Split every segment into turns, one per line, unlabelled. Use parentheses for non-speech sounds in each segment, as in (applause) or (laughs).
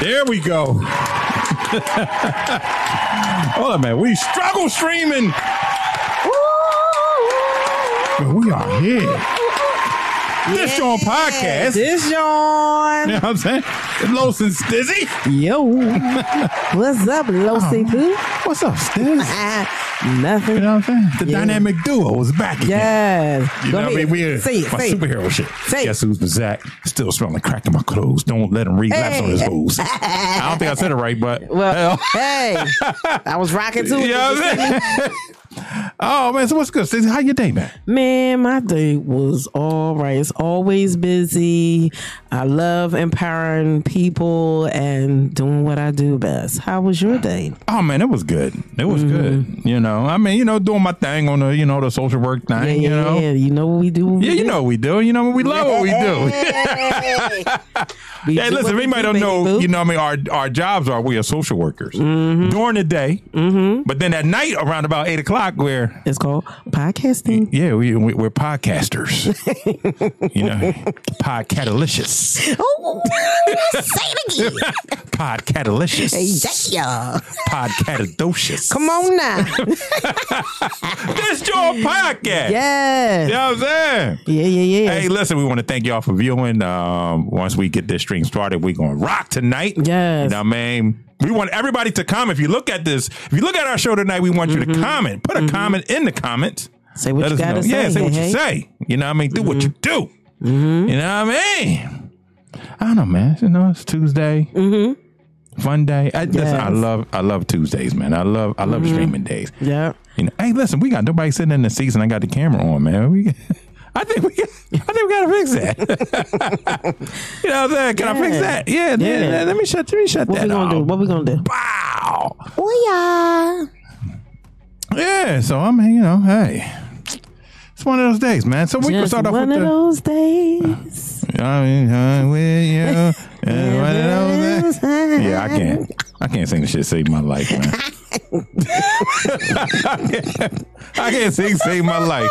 There we go. Hold on, man. We struggle streaming. But we are here. This your podcast.
This John.
You know what I'm saying? Los and Stizzy. (laughs)
Yo. What's up,
Oh.
Losi Boo?
What's up, Stiz?
Ah,
You
(laughs) Nothing.
know what I'm saying? The
Yeah.
dynamic duo is back again.
Yes.
You
Go
know what I mean?
ahead.
We're
Say it.
my
Say it.
superhero shit.
Say it.
Guess who's Zach? Still smelling crack in my clothes. Don't let him relapse
Hey.
on his
(laughs)
booze. I don't think I said it right, but
Well,
hell. (laughs)
hey, I was rocking too.
You know what I'm saying? (laughs) oh man, so what's good? Stacey? How your day, man?
(laughs) Man, my day was all right. It's always busy. I love empowering people and doing what I do best. How was your day?
Oh man, it was good. It was good. You know, I mean, you know, doing my thing on the, you know, the social work thing. you know,
Mm-hmm. yeah. You know what we do?
yeah, you know what we do. You know, we love what we do.
We
(laughs) Hey,
do
listen,
what
if
we
anybody
do,
don't
baby
know,
boo.
you know, what I mean, our our jobs are we are social workers
Mm-hmm.
during the day, but then at night around about eight o'clock, we're
It's called
(laughs)
podcasting.
yeah, we, we we're
(laughs)
podcasters. you know, pod
(laughs)
catalicious,
Oh, say it again.
pod catalicious,
Yeah.
pod catadocious.
Come on now.
this your podcast. You
(laughs) yes.
know what I'm saying?
Yeah, yeah, yeah.
Hey, listen, we want to thank y'all for viewing. Um, once we get this stream started, we're going to rock tonight.
Yes.
You know what I mean? We want everybody to comment. If you look at this, if you look at our show tonight, we want you to comment. Put a comment in the comments.
Mm-hmm. Say what
Let
you
us
gotta
know.
say.
Yeah, say what
hey, Mm-hmm.
you say. You know what I mean? Do what you do. You know what I mean? I don't know, man. You know, it's Tuesday. Mm-hmm. Fun day. I, listen, I
Yes. Mm-hmm.
love I love Tuesdays, man. I love I love streaming days.
hey. Yeah.
You know, hey, listen, we got nobody sitting in the seats, and I got the camera on, man. We, (laughs) I think we, I think we gotta fix that. (laughs) you know what I'm saying? Can I fix
Yeah.
that? Yeah, yeah.
Yeah.
Let me shut, let me shut
What
that uh,
we gonna
off.
do? What we gonna do?
Wow.
Oh
Yeah. So I mean, you know, hey, it's one of those days, man. So we can
Just
start off with
one
the.
of
(laughs)
those days.
I mean, I'm with
(laughs)
you. and one of those days. Yeah, I can't. I can't sing the shit save my life, man. (laughs) I can't sing save my life.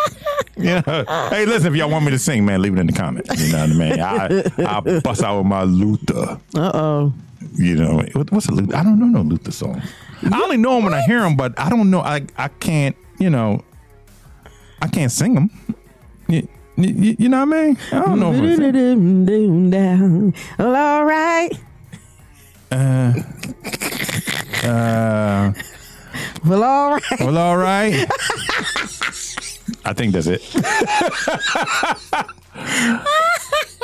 Yeah. Hey, listen, if y'all want me to sing, man, leave it in the comments. You know what I mean? I, I bust out with my Luther.
Uh oh.
You know what, what's a Luther? I don't know no Luther song. I only know them when I hear them, but I don't know. I I can't. You know, I can't sing them. You, you, you know what I mean? I don't know. if I can sing.
Well, all right.
Uh,
Well, all right.
Well, all right. I think that's it.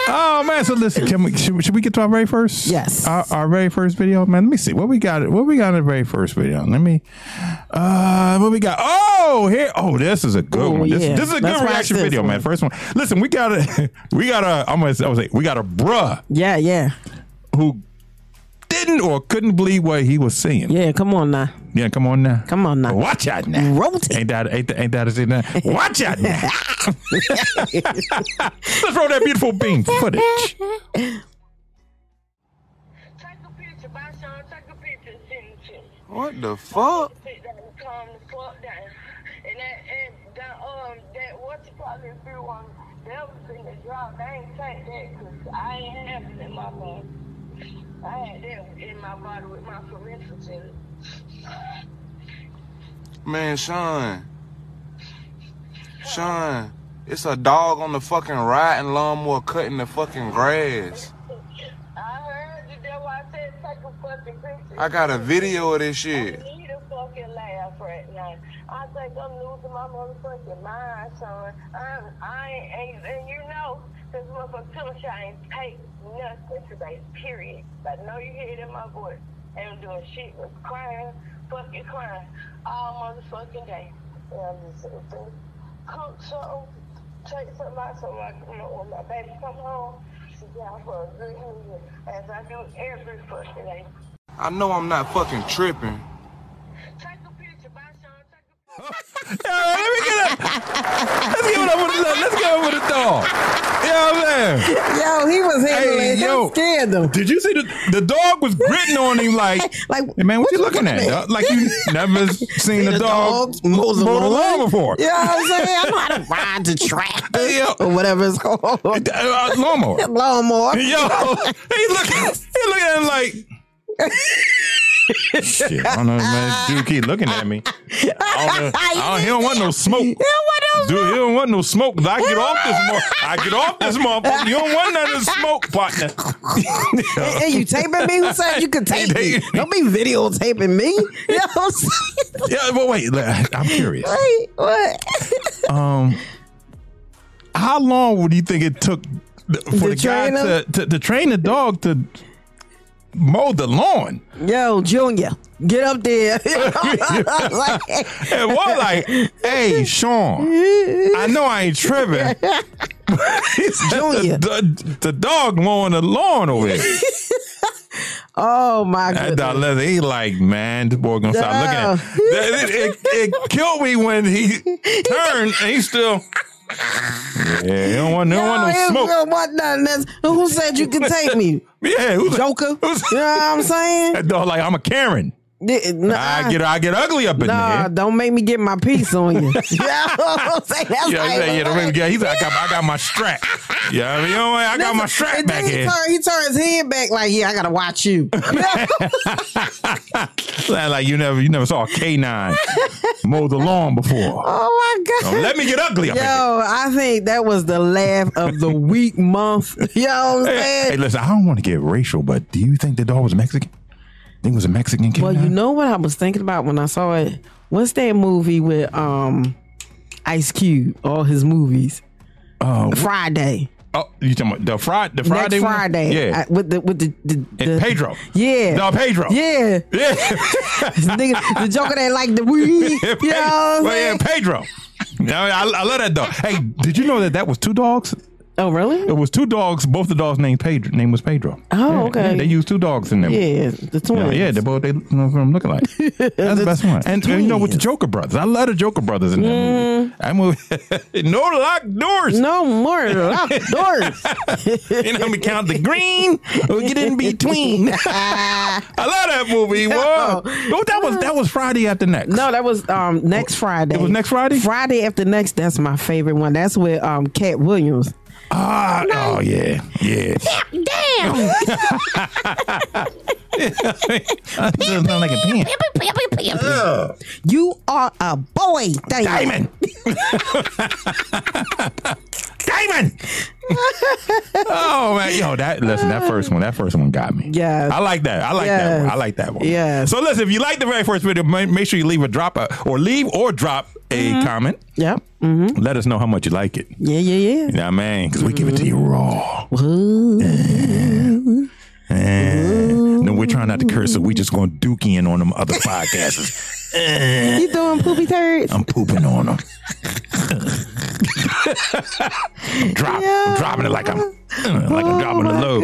oh man! So listen, can we should, should we get to our very first?
Yes.
Our, our very first video, man. Let me see what we got. What we got in the very first video? Let me. Uh, what we got? Oh, here. Oh, this is a good
Oh,
one. This,
yeah.
this is a
That's
good
why I
reaction
said
video,
so.
man. First one. Listen, we got a, (laughs) we got a. I'm gonna say, I'm gonna say we got a bruh
Yeah, yeah,
who didn't or couldn't believe what he was seeing.
yeah. Come on now.
Yeah, come on now.
Come on now.
Watch out now.
Rotate.
Ain't that ain't that, ain't that a thing now? Watch out
(laughs)
now. (laughs) Let's roll that beautiful bean footage.
Take a picture, Bashan. Take a picture and send it to me.
What the fuck?
Sit down and calm the fuck down. And that, and that, um, that, what you call it, if you want, that was in the drop. I ain't take that 'cause I ain't have it in my body. I had that in my body with my forensics in it.
Man, Sean. Sean, it's a dog on the fucking riding lawnmower cutting the fucking grass.
I heard you, that's why I said take a fucking picture.
I got a video of this
I
shit.
need a fucking laugh right now. I think I'm losing my motherfucking mind, son. I'm, I ain't, and, and you know, this motherfucker Pillow Shot ain't paid nothing today, period. I know you hear it in my voice. And I'm doing shit with crying, fucking crying, all motherfucking day. And I'm just sitting there. Cook something, take something out so my, you know, when my baby come home, sit down for a good meal, as I do every fucking day.
I know I'm not fucking tripping.
Take a picture, bye, Sean. Take a picture.
All right, let me get up. Let's give it up with the let's give it up with the dog. You know what I'm saying?
Yo, he was handling
Hey,
it.
yo.
Yo. scared him.
Did you see the the dog was gritting on him like
(laughs) Like,
Hey, man, what, you looking at? dog? Like you never seen a
(laughs) the
dog
dog
mow
mows
the
along.
lawn before.
You know what
(laughs)
I'm saying? I know how to ride the tractor
Yeah.
or whatever it's
(laughs)
called.
Uh, lawnmower.
(laughs) Lawnmower.
Yo, he looking, he looking at him like,
(laughs)
Shit, I don't know, man. Dude keep looking at me. I (laughs) don't know. I don't, he don't want no smoke. Dude, he don't want no smoke. 'cause I get off this (laughs) motherfucker. I get off this motherfucker. You don't want none of the smoke, partner.
And, and you taping me? Who said you could tape me? Don't be videotaping
(laughs)
me. You know what I'm saying?
(laughs)
(laughs)
Yeah, but wait, I'm curious.
Wait, what?
Um, how long would you think it took th- for the,
To
guy
train
to,
him?
to, to train the dog to mow the lawn?
Yo, Junior, get up
(laughs)
(laughs) there. Like,
It was like, (laughs) hey, Sean, I know I ain't tripping. (laughs) The,
Junior.
the, the dog mowing the lawn over there.
Oh my
That dog
god.
leather, he Uh, like, man, the boy gonna stop looking at
No.
it, it, it. it killed me when
(laughs)
he turned and he still. Yeah, he don't want, he don't want no smoke.
Don't want none of this. Who said you could take
(laughs)
me?
Yeah, who's
Joker. You know
Who's-
what I'm
(laughs)
saying?
That dog like, I'm a Karen.
D-
I
Nah,
get I get ugly up in
Ah. nah
there.
don't make me get my piece on you. (laughs) you know what I'm saying? That's
Yeah,
like-
yeah, yeah, the ring- yeah. He's like, I got, I got my
(laughs)
strap. Yeah, I mean, you know what? I got my strap
And
back
then he
here.
Turn, he turned his head back like, yeah, I gotta
(laughs)
watch you.
Sound like you never, you never saw a canine mow the lawn
(laughs)
before.
oh my god.
Don't let me get ugly up in here.
Yo, I think that was the laugh of the week month. (laughs) You know what I'm
Hey, hey,
saying?
listen, I don't want to get racial, but do you think the dog was Mexican? Think it was a Mexican canine?
Well, you know what I was thinking about when I saw it? What's that movie with um Ice Cube, all his movies?
Uh,
Friday.
oh, you talking about the Friday? The Friday?
next
one?
Friday.
Yeah.
I- with the with the, the,
And
the-
Pedro.
Yeah.
No, Pedro.
Yeah.
Yeah. (laughs)
This nigga, the joker that like the weed. You know what
Well,
I'm
yeah,
saying?
Pedro. Yeah, I, I love that dog. Hey, did you know that that was two dogs?
Oh, really?
It was two dogs. Both the dogs named Pedro. Name was Pedro.
Oh,
Yeah,
okay.
yeah, they used two dogs in them.
Yeah, the twins.
Yeah, yeah, they both they you know what I'm looking
(laughs)
like. That's the best one. And, and you know with the
twins.
Joker brothers, I love the Joker brothers in that movie. I
Mm-hmm.
movie, (laughs) no locked doors.
No more locked doors.
(laughs) And I'm gonna count the green or get in
(laughs)
between. I love that movie. Whoa, no, that was that was Friday after next.
No, that was um next Friday.
It was next Friday?
Friday after next. That's my favorite one. That's with um Cat Williams.
Ah, oh yeah,
(laughs)
yeah. (laughs)
(laughs)
Damn!
That sounds like a pen.
You are a boy, Damon. (laughs)
Diamond. Diamond. oh man, yo, that listen, that first one, that first one got me.
Yes.
I like that. I like that one.
Yes.
I like that one.
Yes.
So listen, if you like the very first video, ma- make sure you leave a drop a, or leave or drop a
Mm-hmm.
comment.
Yep. Mm-hmm.
Let us know how much you like it.
Yeah, (laughs) yeah,
You know what I mean? Because we give it to you raw.
yeah. Ooh.
No, we're trying not to curse, so we just going to duke in on them other podcasts.
You doing poopy turds?
I'm pooping on them. (laughs) I'm, drop, I'm dropping it like I'm uh, like I'm dropping a load.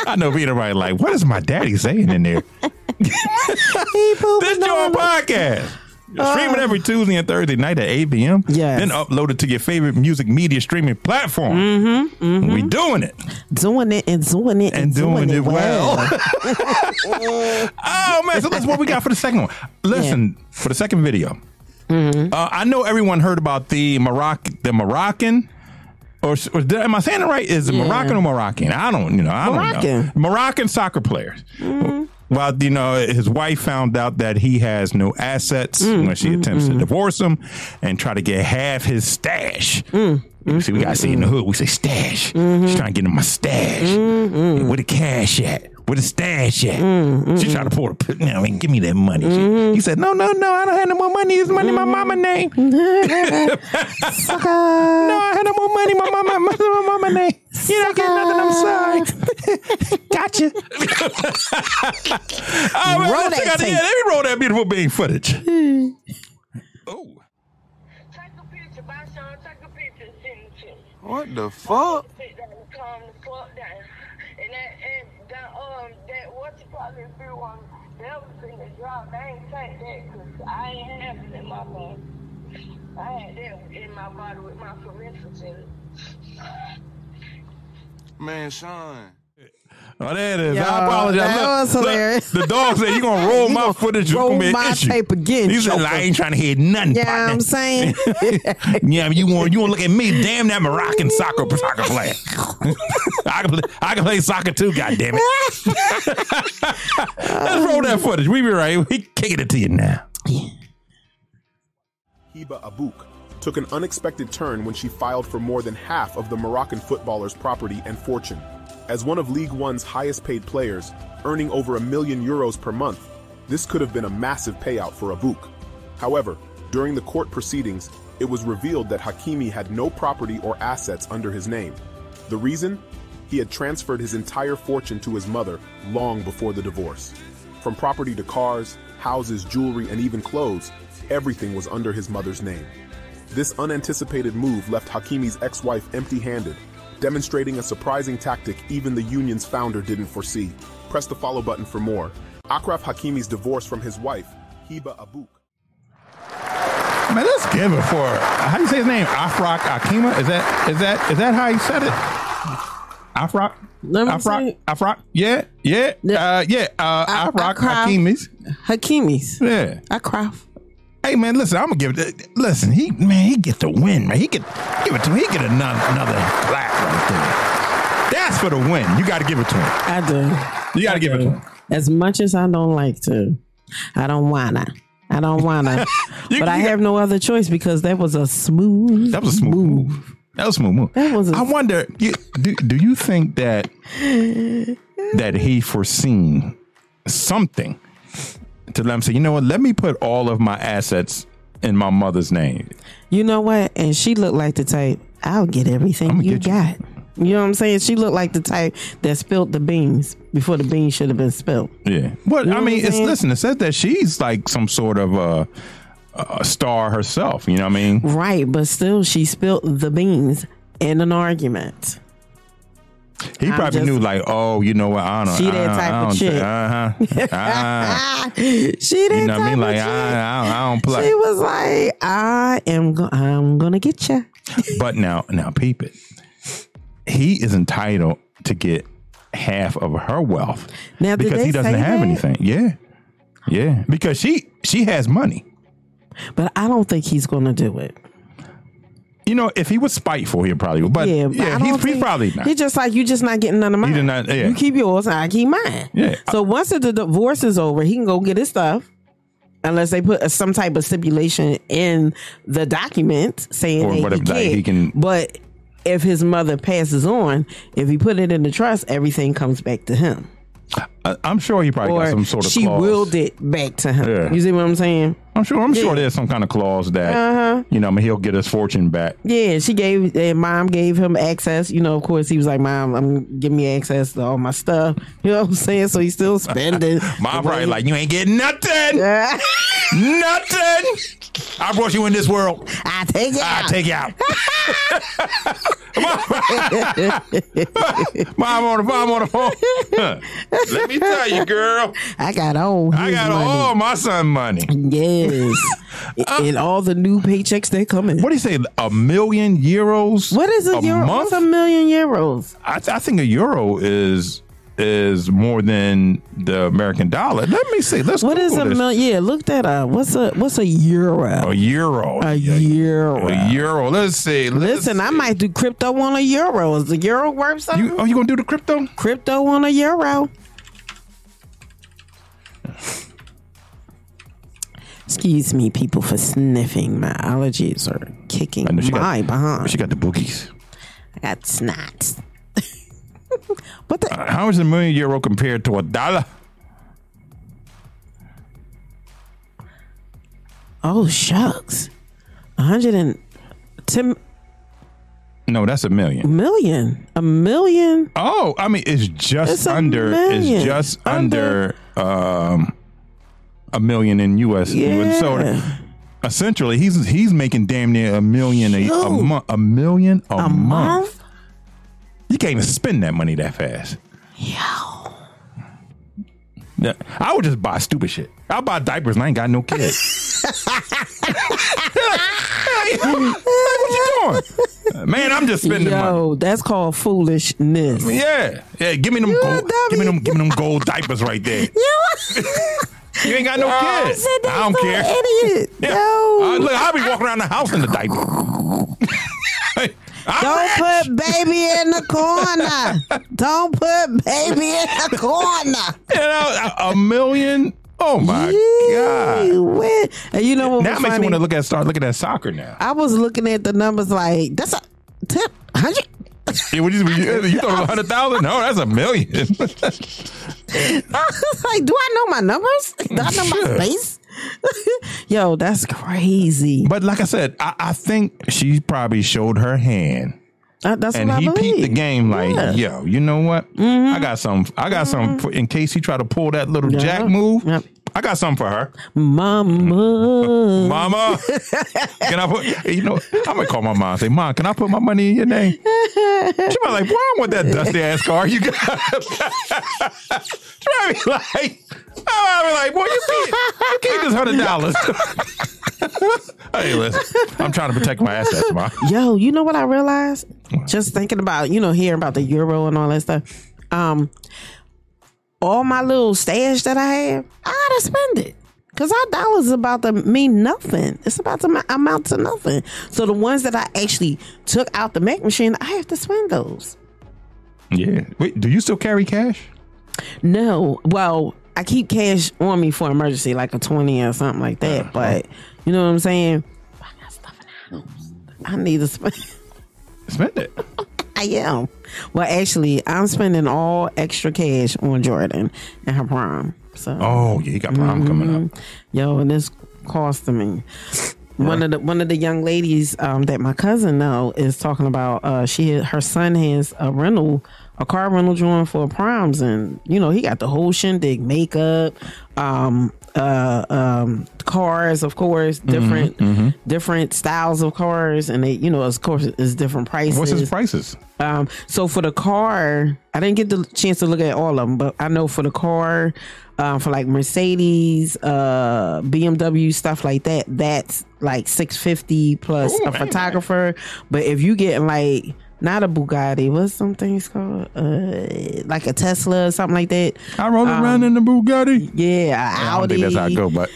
(laughs) I know Peter right like, what is my daddy saying in there?
He pooping
This your
on-
podcast. Streaming every Tuesday and Thursday night at 8 p.m.
Yes.
Then uploaded to your favorite music media streaming platform. Mm-hmm, We doing it.
(laughs) doing it and doing it and,
and doing, it well. (laughs) oh man, so that's what we got for the second one. Listen, for the second video, uh, I know everyone heard about the Moroccan, the Moroccan. Or, or did- am I saying it right? Is it
Yeah.
Moroccan or Moroccan? I don't, you know, I
Moroccan.
don't know. Moroccan soccer players. Well, you know, his wife found out that he has no assets when she attempts to divorce him and try to get half his stash. You see, we got to see in the hood. We say stash. She's trying to get in my stash. Where the cash at? Where the stash at? She tried to pull the p- now and give me that money. She- he said, No, no, no, I don't have no more money. It's money my mama name. No, I had no more money. My mama, my, my mama name. You don't get nothing. I'm sorry. gotcha. oh, man,
Roll
let's check
that
out the-
tape.
yeah, let me roll that beautiful bean footage. oh,
Take a picture, by Sean, take a picture and send it to me.
What the fuck?
Sit down and calm the fuck down. And that, and that, um, that, what you call it, few one, that was in the drop. I ain't take that 'cause I ain't have it in my body. I had that in my body with my forensics in it.
Man, Sean.
Oh, there it is.
Yo,
I apologize.
that
Look,
was
look,
hilarious.
the dog said, "You gonna roll
You
my
gonna
footage? You
roll
gonna be an
my
issue."
tape again,
He said, "I
Joker."
ain't trying to hear nothing,
(laughs) Yeah,
partner."
I'm (laughs) saying.
(laughs) yeah, you want you want to look at me? Damn that Moroccan soccer soccer player. (laughs) I can play, I can play soccer too. God damn it! (laughs) Let's roll that footage. We be right. We kicking it to you now.
Hiba Abouk took an unexpected turn when she filed for more than half of the Moroccan footballer's property and fortune. As one of League One's highest paid players, earning over a million euros per month, this could have been a massive payout for Abouk. However, during the court proceedings, it was revealed that Hakimi had no property or assets under his name. The reason? He had transferred his entire fortune to his mother long before the divorce. From property to cars, houses, jewelry, and even clothes, everything was under his mother's name. This unanticipated move left Hakimi's ex wife empty handed, demonstrating a surprising tactic even the union's founder didn't foresee. Press the follow button for more. Akraf Hakimi's divorce from his wife, Hiba Abouk.
Man, let's give it for how you say his name? Afrock Akima. Is that is that is that how you said it? Afrock.
Let me
Afrock.
see.
Afrock. Yeah. Yeah.
Yeah.
Uh, yeah. Uh,
I-
Afrock
Akraf.
Akimis.
Hakimi's.
Yeah.
I cry.
Hey man, listen. I'm gonna give it. Listen, he man, he get the win, man. He get give it to him. He get another another clap right there. That's for the win. You got to give it to him.
I do.
You got to give it to him.
As much as I don't like to, I don't wanna. I don't wanna.
(laughs) You-
but I
you-
have no other choice because that was a smooth.
That was a smooth move. That was a smooth move.
That was a-
I wonder. You, do do you think
(laughs)
that that he foreseen something to let him say, you know what? Let me put all of my assets in my mother's name.
You know what? And she looked like the type. I'll get everything
I'ma
you
get you."
got. You. know what I'm saying? She looked like the type that spilled the beans before the beans should have been spilled.
Yeah. But
You know
I
what
mean,
I'm
it's
saying?
listen. It said that she's like some sort of a, a star herself. You know what I mean?
Right, but still she spilled the beans in an argument.
He
I'm
probably
just-
knew, like, oh, you know what? I don't.
She
I,
that type
I
of
don't- Uh-huh.
chick. (laughs)
Ah,
she didn't
you know what I mean? Like,
of chick.
I, I, I don't play.
She was like, I am go- I'm gonna get you.
But now, now, peep it. He is entitled to get half of her wealth
Now did
because
they
he doesn't
say
have
that?
anything. Yeah, yeah. Because she she has money.
But I don't think he's gonna do it.
You know, if he was spiteful, he probably would. But yeah,
yeah, but I don't
he's, he's
think-
probably not.
He just like you, just not getting none of mine.
did not- yeah.
You keep yours, I keep mine.
Yeah.
So once the d- divorce is over, he can go get his stuff, unless they put uh, some type of stipulation in the document saying
Or
that
whatever,
he,
like,
can't.
he can-
But if his mother passes on, if he put it in the trust, everything comes back to him,
I, I'm sure he probably got
or
some sort of
she
clause.
willed it back to him.
Yeah.
You see what I'm saying?
I'm sure. I'm sure there's some kind of clause that
Uh-huh.
you know. I mean, he'll get his fortune back.
Yeah, she gave and mom gave him access. You know, of course, he was like, "Mom, I'm give me access to all my stuff." (laughs) You know what I'm saying? So he's
(laughs)
still spending.
Mom
The way-
probably
(laughs)
like, you ain't getting nothing, nothing. I brought you in this world.
I take it.
I
out.
take you
(laughs)
out. mom on the mom on the
(laughs)
phone. Let me tell you, girl.
I got all.
I
his
got
money.
all my son money. (laughs)
Yes, and all the new paychecks that come in.
What do you say? A million euros?
what is a, euro?
month?
What's a million euros?
I, I think a euro is is more than the American dollar. Let me see. Let's
What is
Google
a
this.
million? Yeah, look that up. What's a what's a euro?
A euro.
A
Yeah,
euro.
A euro. Let's see. Let's
Listen, I
see.
might do crypto on a euro. Is the euro worth something?
You, oh, you gonna do the crypto?
crypto on a euro. Excuse me, people, for sniffing. My allergies are kicking
know
my
she got-
behind.
She got the boogies.
I got snacks. (laughs) what the?
How is a million euro compared to a dollar?
Oh shucks, a hundred and ten
No, that's a million.
million. A million.
Oh, I mean, it's just
It's a
under.
million.
It's just under, um, a million in U.S. And
Yeah.
so essentially, he's he's making damn near a million a, a
Shoot.
month. A million a,
A
month.
month.
You can't even spend that money that fast.
Yo.
Yeah, I would just
(laughs)
buy stupid shit. I buy diapers and I ain't got no kids. Hey, what you doing? Man, I'm just spending money.
Yo, that's called foolishness.
Yeah, yeah. Give me them
a
gold. Give me them. Give me them gold diapers right
(laughs)
there. You ain't got no kids.
said
I don't
that's
care.
an Idiot.
Yeah.
No.
Uh, look, I'll be walking around the house in the diaper. I'm
Don't
rich.
put baby in the corner. Don't put baby in the corner.
You know, a, a million. Oh my
Yee,
god!
where- And you know what?
Now it
was
makes me
funny?
want to look at start looking at soccer now.
I was looking at the numbers like that's a tip hundred. (laughs)
Yeah, what you, you, (laughs) you thought it was hundred thousand? No, that's a million. (laughs)
I was like, do I know my numbers? (laughs) Do I know my
Sure.
space? (laughs) Yo, that's crazy.
but like I said, I, I think she probably showed her hand.
Uh, that's
and
what I
he
believe.
peeped the game like,
Yeah.
yo, you know what? I got some. I got some for- in case he try to pull that little
Yeah.
jack move.
Yep.
I got something for her, (laughs)
Mama.
Mama. can I put? You know, I'm gonna call my mom. and Say, Mom, can I put my money in your name? She might like, why I want that dusty ass car you got? She might be like, I might be like, boy, you keep, you keep this hundred dollars. hey, listen, I'm trying to protect my assets, Mom.
Yo, you know what I realized? Just thinking about, you know, hearing about the euro and all that stuff. Um, all my little stash that I have, I gotta spend it. Cause our dollars is about to mean nothing. It's about to ma- amount to nothing. So the ones that I actually took out the Mac machine, I have to spend those.
Yeah. Wait, do you still carry cash?
No, well, I keep cash on me for emergency, like a twenty or something like that. But you know what I'm saying? I got stuff in the house. I need to spend.
Spend it.
I am. Well, actually, I'm spending all extra cash on Jordan and her prom. So, um,
Oh yeah, you got prom coming up.
yo, and this costing me. One of the one of the young ladies um, that my cousin know is talking about. Uh, she her son has a rental, a car rental joint for proms, and you know he got the whole shindig, makeup, um, uh, um, cars, of course,
Mm-hmm,
different different styles of cars, and they you know of course it's different prices.
What's his prices?
Um, so for the car, I didn't get the chance to look at all of them, but I know for the car, um, for like Mercedes, uh, BMW stuff like that, that's like six fifty plus
Ooh,
a
man.
photographer. But if you getting like not a Bugatti, what's some things called, uh, like a Tesla or something like that?
I roll around in the Bugatti.
Yeah, a
I don't
Audi.
think that's how it go, but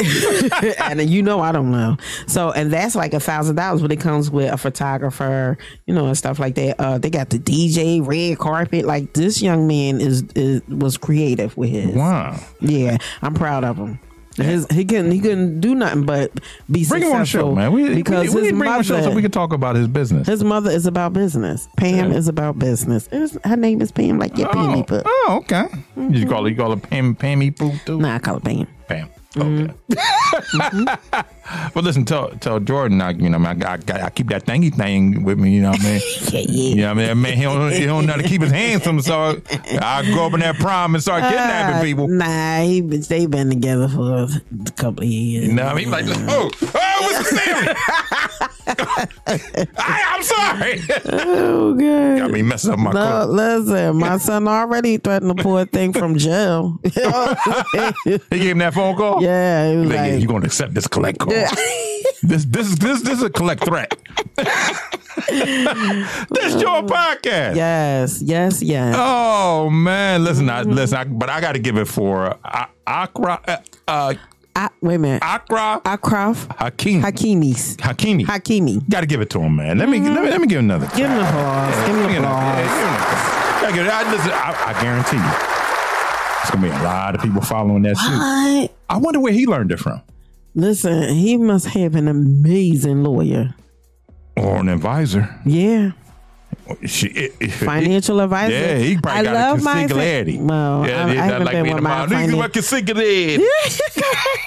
(laughs) and you know I don't know. So and that's like a thousand dollars, but it comes with a photographer, you know, and stuff like that. Uh, they got the DJ, red carpet. Like this young man is, is was creative with his.
wow.
Yeah, I'm proud of him. His, he couldn't he couldn't do nothing but be
Bring him on the show,
successful
man. We,
because
we, we
his
need to bring him on the show so
mother-
we can talk about his business.
his mother is about business. Pam
Yeah.
is about business. It's- her name is Pam, like your Pammy
oh,
book. Mm-hmm.
oh, okay. You call it you call it Pam Pammy Poo too?
Nah, Mm-hmm. I call it Pam.
Pam. Okay. (laughs) but listen, tell tell Jordan, I, you know, I, I, I keep that thingy thing with me. You know what I mean?
Yeah, (laughs)
You
yeah.
know what I mean? Man, he don't, he don't know how to keep his hands from. So I go up in that prom and start kidnapping
Uh,
people.
Nah, he, they've been together for a couple of years.
You know what I mean? Like, oh, oh, what's the name? (laughs) I, I'm sorry. (laughs)
Oh, God.
Got me messing up my
No,
clothes.
listen, my son already threatened to pull a thing from
(laughs)
(laughs) jail.
He gave him that phone call.
yeah, he was
Like, yeah,
like,
you gonna accept this collect call? (laughs) This this is this this is a collect threat. (laughs) this your podcast.
yes, yes, yes.
Oh man, listen, I, listen, I, but I got to give it for uh, Akra uh, uh,
I, wait a minute.
Akra
Akraf
Hakim
Hakimis.
Hakimi.
Hakimi.
Got to give it to him, man. Let me let me let me give him another.
Give him the applause. Give him the
You know,
applause.
yeah, you know. I, get it. I, listen, I, I guarantee you, it's gonna be a lot of people following that suit.
What?
I wonder where he learned it from,
Listen, he must have an amazing lawyer.
or an advisor.
Yeah.
She, it, it-
Financial advisor.
Yeah, he probably
I
got
love
a
my fa-
singularity.
Well, I, I haven't been with my finan-
singularity.
(laughs)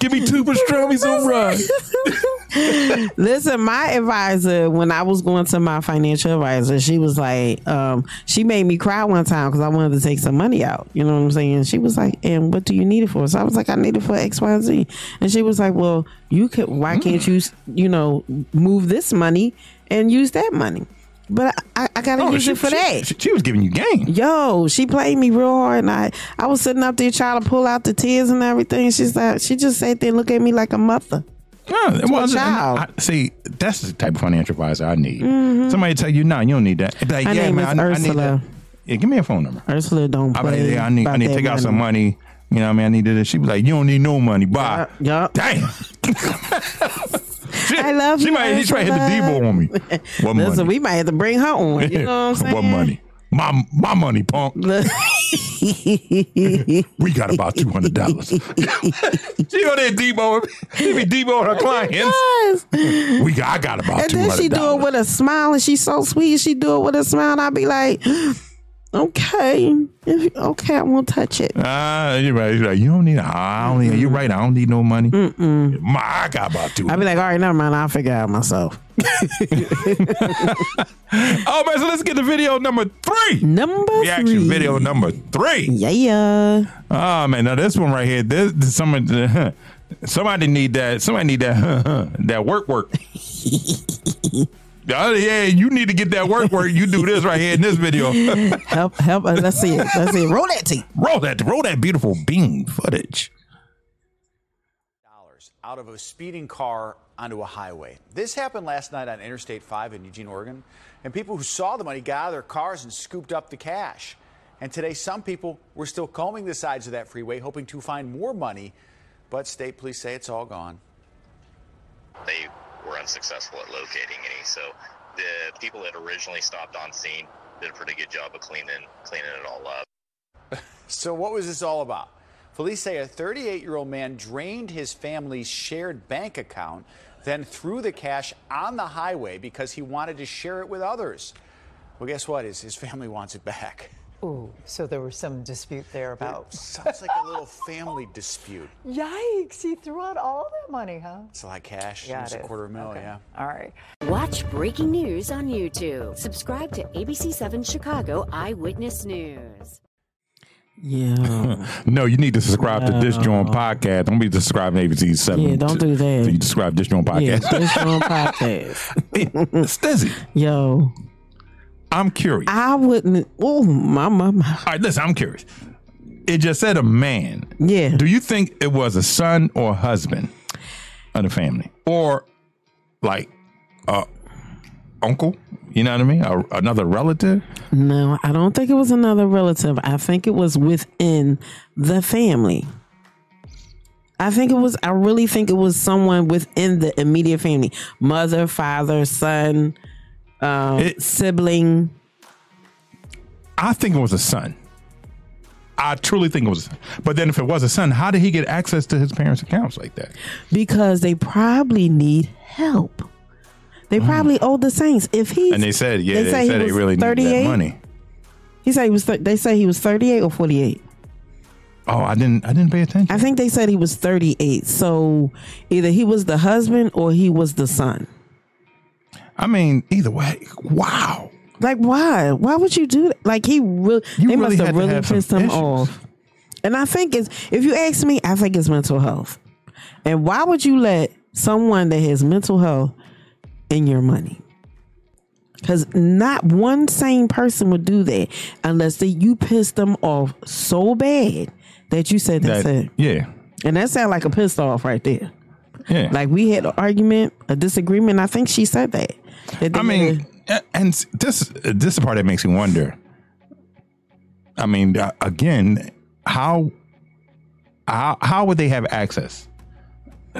Give me two pastrami's on run.
Listen, my advisor, when I was going to my financial advisor, she was like, um, she made me cry one time because I wanted to take some money out. You know what I'm saying? She was like, and what do you need it for? So I was like, I need it for X, Y, and Z. And she was like, well, you could,
Mm.
why can't you, you know, move this money and use that money? But I, I, I got to use it for that.
Oh, She, she was giving you game.
Yo, she played me real hard, and I, I was sitting up there trying to pull out the tears and everything. She's like, she just sat there and looked at me like a mother.
Yeah, well,
a
I-
child.
I- see, that's the type of financial advisor I need.
Mm-hmm.
Somebody tell you, no, you don't need that. Be Like,
Her
yeah,
name
man,
is
I, I need
Ursula.
that. Yeah, give me a phone number.
Ursula don't
I
play.
mean, yeah, I need, I
about
need to
that
take out some money. You know what I mean? I need this. She be like, you don't need no money. Bye.
Yeah, yeah.
Damn. She-
I love
she
you,
Might, she might hit the
Ursula.
D-ball
(laughs)
on me. What money?
Listen, we might have to bring her on. You know what I'm
(laughs)
saying?
what money? My, my money, punk.
(laughs) Look,
We got about two hundred
(laughs)
dollars. she on there Debo. She be Debo her
(laughs)
clients.
yes.
We got I got about
And
two
then she
hundred
do it
dollars.
with a smile, and she's so sweet. She do it with a smile, and I be like, (gasps) okay, If- okay, I won't touch it.
Ah, you're right. You're right. You don't need. I don't need. You're right. I don't need no money. My, I got about two.
I be like, all right, never mind. I'll figure it out myself.
oh man, so let's get to video number three.
Number
Reaction
three.
video number three.
Yeah, yeah.
Oh man, now this one right here. This, this somebody, (laughs) somebody need that. Somebody need that. that (laughs) work work. Oh, yeah, you need to get that work work. You do this right here in this video.
Help, help. us. Let's see it. Let's see it. Roll that tape.
(laughs) roll that roll that beautiful bean footage.
dollars out of a speeding car onto a highway. This happened last night on Interstate 5 in Eugene, Oregon, and people who saw the money got out of their cars and scooped up the cash. And today, some people were still combing the sides of that freeway, hoping to find more money, but state police say it's all gone.
they were unsuccessful at locating any. So the people that originally stopped on scene did a pretty good job of cleaning cleaning it all up.
So, what was this all about? Police say a 38 year old man drained his family's shared bank account, then threw the cash on the highway because he wanted to share it with others. Well, guess what? His, his family wants it back.
Ooh, so there was some dispute there about.
Sounds like a little family dispute.
Yikes, he threw out all that money, huh?
It's a lot of cash. it's a quarter of a mil, yeah.
All right.
(laughs) Watch breaking news on YouTube. Subscribe to ABC7 Chicago Eyewitness News.
(laughs) Yeah.
No, you need to subscribe to this joint podcast. Don't be subscribing to ABC seven.
Yeah, don't do that.
So you subscribe to this joint
Yeah,
podcast. (laughs)
this your own podcast.
Hey, Stizzy,
Yo,
I'm curious.
I wouldn't. Oh, my mama.
All right, listen, I'm curious. It just said a man.
Yeah.
Do you think it was a son or husband of the family, or like a uncle? You know what I mean? A, another relative?
No, I don't think it was another relative. I think it was within the family. I think it was, I really think it was someone within the immediate family mother, father, son, um,
It-
sibling.
I think it was a son. I truly think it was. a son. But then, if it was a son, how did he get access to his parents' accounts like that?
because they probably need help. They probably owe the Saints. If he
Mm. And they said, yeah, they,
say
said
he
they
was
really needed
38.
that money.
He said he was. Th- they say he was thirty eight or forty eight.
Oh, I didn't, I didn't pay attention.
I think they said he was thirty eight. So either he was the husband or he was the son.
I mean, either way, wow.
Like why? Why would you do that? Like he really?
You
they
really
must
had
have
to
really
have some
pissed him
issues.
off. And I think it's if you ask me, I think it's mental health. And why would you let someone that has mental health in your money? Because not one sane person would do that unless that you pissed them off so bad that you said that's
That-
it.
Yeah,
And that sounds like a pissed off right there.
yeah.
Like we had an argument, a disagreement. I think she said that. that they
I mean,
had
a- and s- this, this is the part that makes me wonder. I mean, uh, again, how, how, how would they have access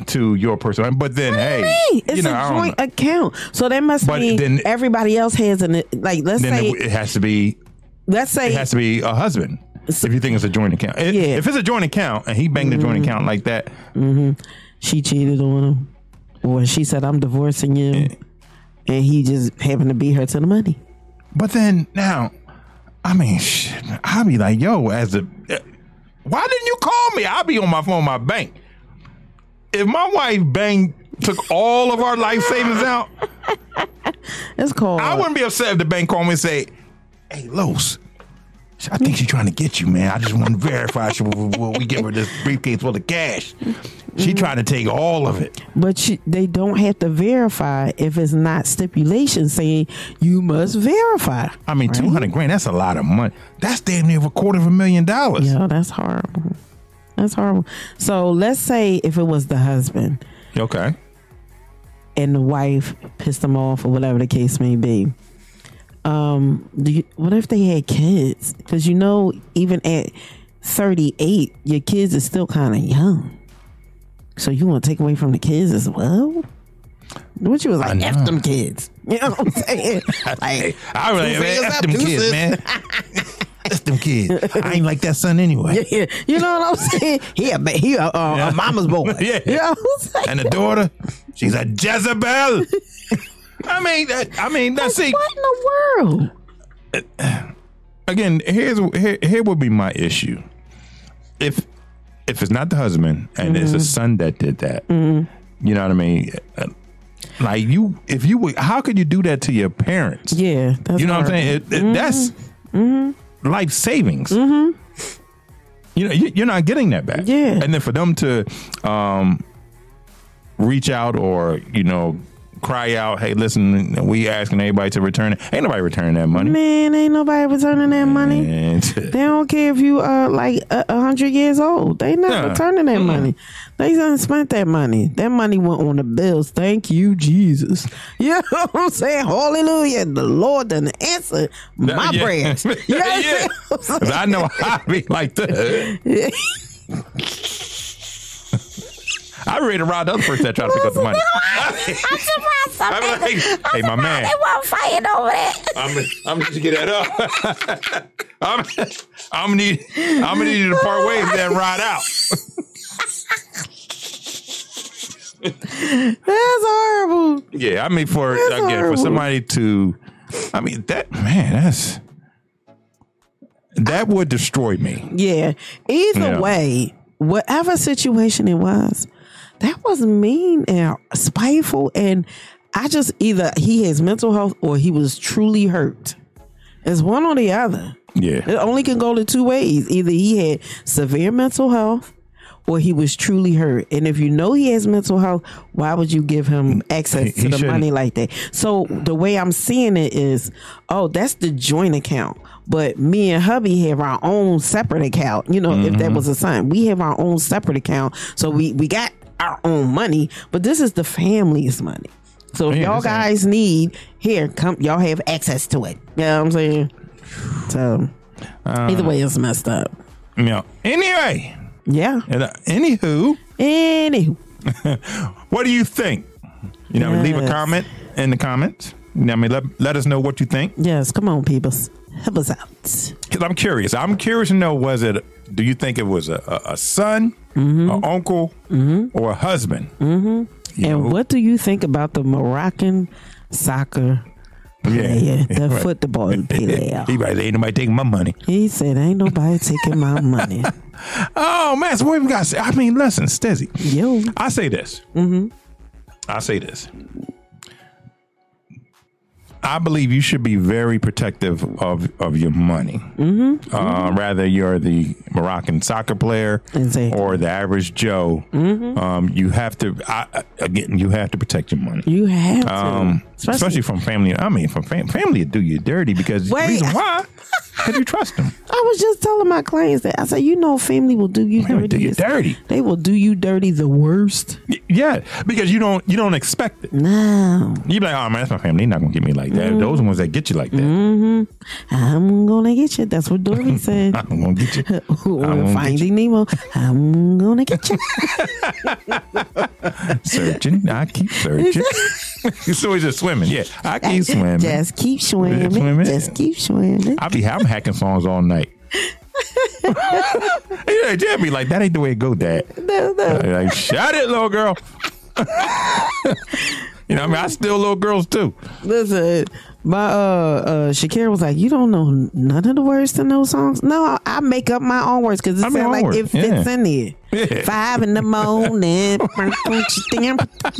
to your personal? But then, hey,
a- hey, it's
you know, I
a
don't
joint
know.
account. So that must
But
mean
then-
everybody else has an like. Let's
then
say
it, it has to be
let's say
it has to be a husband if you think it's a joint account. If-
Yeah. Mm-hmm.
If it's a joint account and he banged a joint account like that,
she cheated on him, or she said I'm divorcing you, and he just happened to beat her to the money.
but then now, I mean, shit, I'll be like, yo, as a, why didn't you call me? I'll be on my phone, my bank. If my wife banged, took all of our life savings out,
It's called.
I wouldn't be upset if the bank called me and say, hey, Los. I think she's trying to get you, man. I just want to verify she, will we give her this briefcase full of cash. She trying to take all of it.
But you, they don't have to verify if it's not stipulation saying you must verify.
I mean, two hundred grand. That's a lot of money. That's damn near a quarter of a million dollars.
Yeah, that's horrible. That's horrible. So let's say if it was the husband,
Okay.
and the wife pissed them off or whatever the case may be. Um, do you, what if they had kids? Because you know, even at 38, your kids are still kind of young. So you want to take away from the kids as well? What you was like,
know.
F them kids. (laughs) You know what
(laughs)
I'm saying? like,
I really
two
man,
fingers
F
up,
them
deuces.
kids,
(laughs)
man. F them kids. I ain't like that son anyway.
Yeah, you know what I'm saying? He a, ba- he a, uh,
Yeah.
a mama's boy.
(laughs) Yeah.
You know what I'm saying?
And the daughter, she's a Jezebel. I mean, that, I mean, now see,
What in the world?
again, here's here, here would be my issue. If if it's not the husband and it's the
Mm-hmm.
son that did that, you know what I mean? Uh, Like you, if you would, how could you do that to your parents?
Yeah, that's Mm-hmm.
you know what I'm
horrible.
saying? It, it, That's life savings. You know, you, you're not getting that back.
Mm-hmm. Yeah.
And then for them to um, reach out or you know cry out, "Hey, listen, we asking everybody to return it. Ain't nobody returning that money."
Man, ain't nobody returning that money.
(laughs) And-
They don't care if you are like a a hundred years old. They not
Yeah.
returning that money. They done spent that money. That money went on the bills. Thank you, Jesus. (laughs) You know what I'm saying? Hallelujah. The Lord done answered my
(laughs) Yeah. (laughs)
prayers. You know what I'm
yeah.
saying? (laughs)
'Cause I know I be like that. I ready to ride the other person that tried to pick up the
(laughs)
money. (laughs)
I'm surprised some
I'm
niggas,
like, hey, my man.
they won't fighting over that.
I'm I'm just get that up. (laughs) I'm I'm need I'm gonna need you to part ways with that ride out.
That's horrible.
Yeah, I mean for
That's
again for
horrible.
somebody to, I mean that man that's that would destroy me.
Yeah. Either
Yeah.
way, whatever situation it was, that was mean and spiteful. And I just either he has mental health or he was truly hurt. It's one or the other. It
Yeah,
only can go the two ways. Either he had severe mental health or he was truly hurt. And if you know he has mental health, why would you give him access
Mm. (laughs) he
to the
shouldn't.
money like that? So the way I'm seeing it is, oh, that's the joint account. But me and hubby have our own separate account. You know, if
Mm-hmm.
that was a sign, we have our own separate account. So we we got our own money, but this is the family's money. So if
Yeah,
y'all
that's right.
guys need here, come y'all have access to it. You know what I'm saying? So
Uh,
Either way, it's messed up.
yeah. Anyway,
Yeah.
and, uh, anywho,
Anywho,
what do you think? You know, leave a
Yes.
comment in the comments. You know, I mean, let, let us know what you think.
yes, come on, peoples, help us out.
Because I'm curious. I'm curious to know was it, do you think it was a, a, a son,
Mm-hmm.
an uncle, or a husband? You
and
know,
what do you think about the Moroccan soccer player,
(laughs)
the
right.
football player?
He probably said, ain't nobody taking my money.
He said, "Ain't nobody taking my money."
(laughs) Oh, man. So what we got to say? I mean, listen, Stizzy.
Yo,
I say this.
Mm-hmm.
I say this. I believe you should be very protective of, of your money.
Mm-hmm.
Uh, Rather, you're the Moroccan soccer player
Exactly. Mm-hmm.
or the average Joe. Um, you have to, I, again, you have to protect your money.
you have to,
Um, especially,
especially,
from family. I mean, from fam- family, to do you dirty because the
Wait.
reason why? Because you trust
(laughs)
them.
I was just telling my clients that I said, "You know, family will do you
Family
dirty.
do you dirty.
They will do you dirty the worst."
Y- Yeah, because you don't you don't expect it.
No,
You be like, oh man, that's my family. They're not gonna get me like that. Those are the ones that get you like that.
I'm gonna get you. That's what
(laughs)
Dory said.
I'm gonna get you. I'm gonna
Or
get
Finding Nemo. I'm gonna get you.
searching. I keep searching. (laughs) so he's just swimming. Yeah, I (laughs) keep swimming.
Just keep swimming.
Swimming.
Just keep swimming.
I be I'm hacking songs all night. yeah, Jim be like, that ain't the way it go, Dad.
No, no.
They're like, shut it, little girl. (laughs) you know, what I mean, I steal little girls too.
Listen, my uh, uh Shakira was like, "You don't know none of the words to those songs." No, I, I make up my own words because it
I mean, my
sounds like
words,
it fits
yeah.
in there.
Yeah.
Five in
(laughs)
the morning.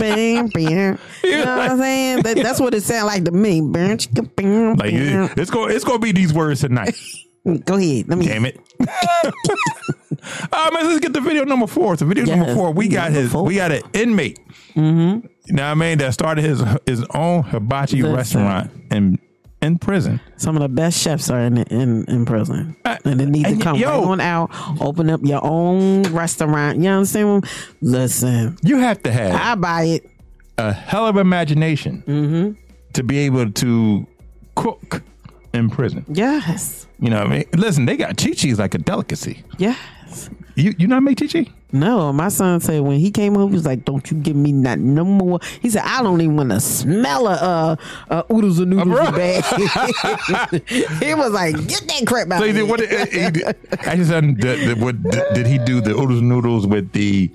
you know what I'm saying? That, that's what it sounds like to me.
Like it- it's going it's going to be these words tonight.
Go ahead. Let me.
Damn it. um, let's get to video number four. So video number
Yes,
four, we got
number
his,
four.
we got an inmate. Mm-hmm. You know what I mean? That started his his own hibachi
Listen.
restaurant in in prison.
Some of the best chefs are in in, in prison,
Uh,
and it needs to
and
come
yo-
right on out. Open up your own restaurant. You understand? Listen,
You have to have.
I buy it.
a hell of imagination
Mm-hmm.
to be able to cook in prison.
Yes.
You know what I mean? Listen, they got chi-chi's like a delicacy.
Yes.
You you not make chi-chi?
No, my son said when he came home, he was like, "Don't you give me not no more." He said, "I don't even want to smell a uh, uh, oodles and noodles bag." (laughs) he was like, "Get that crap out!"
So he
of
did,
here."
what, he did- I just did, did, what, did, did he do the oodles and noodles with the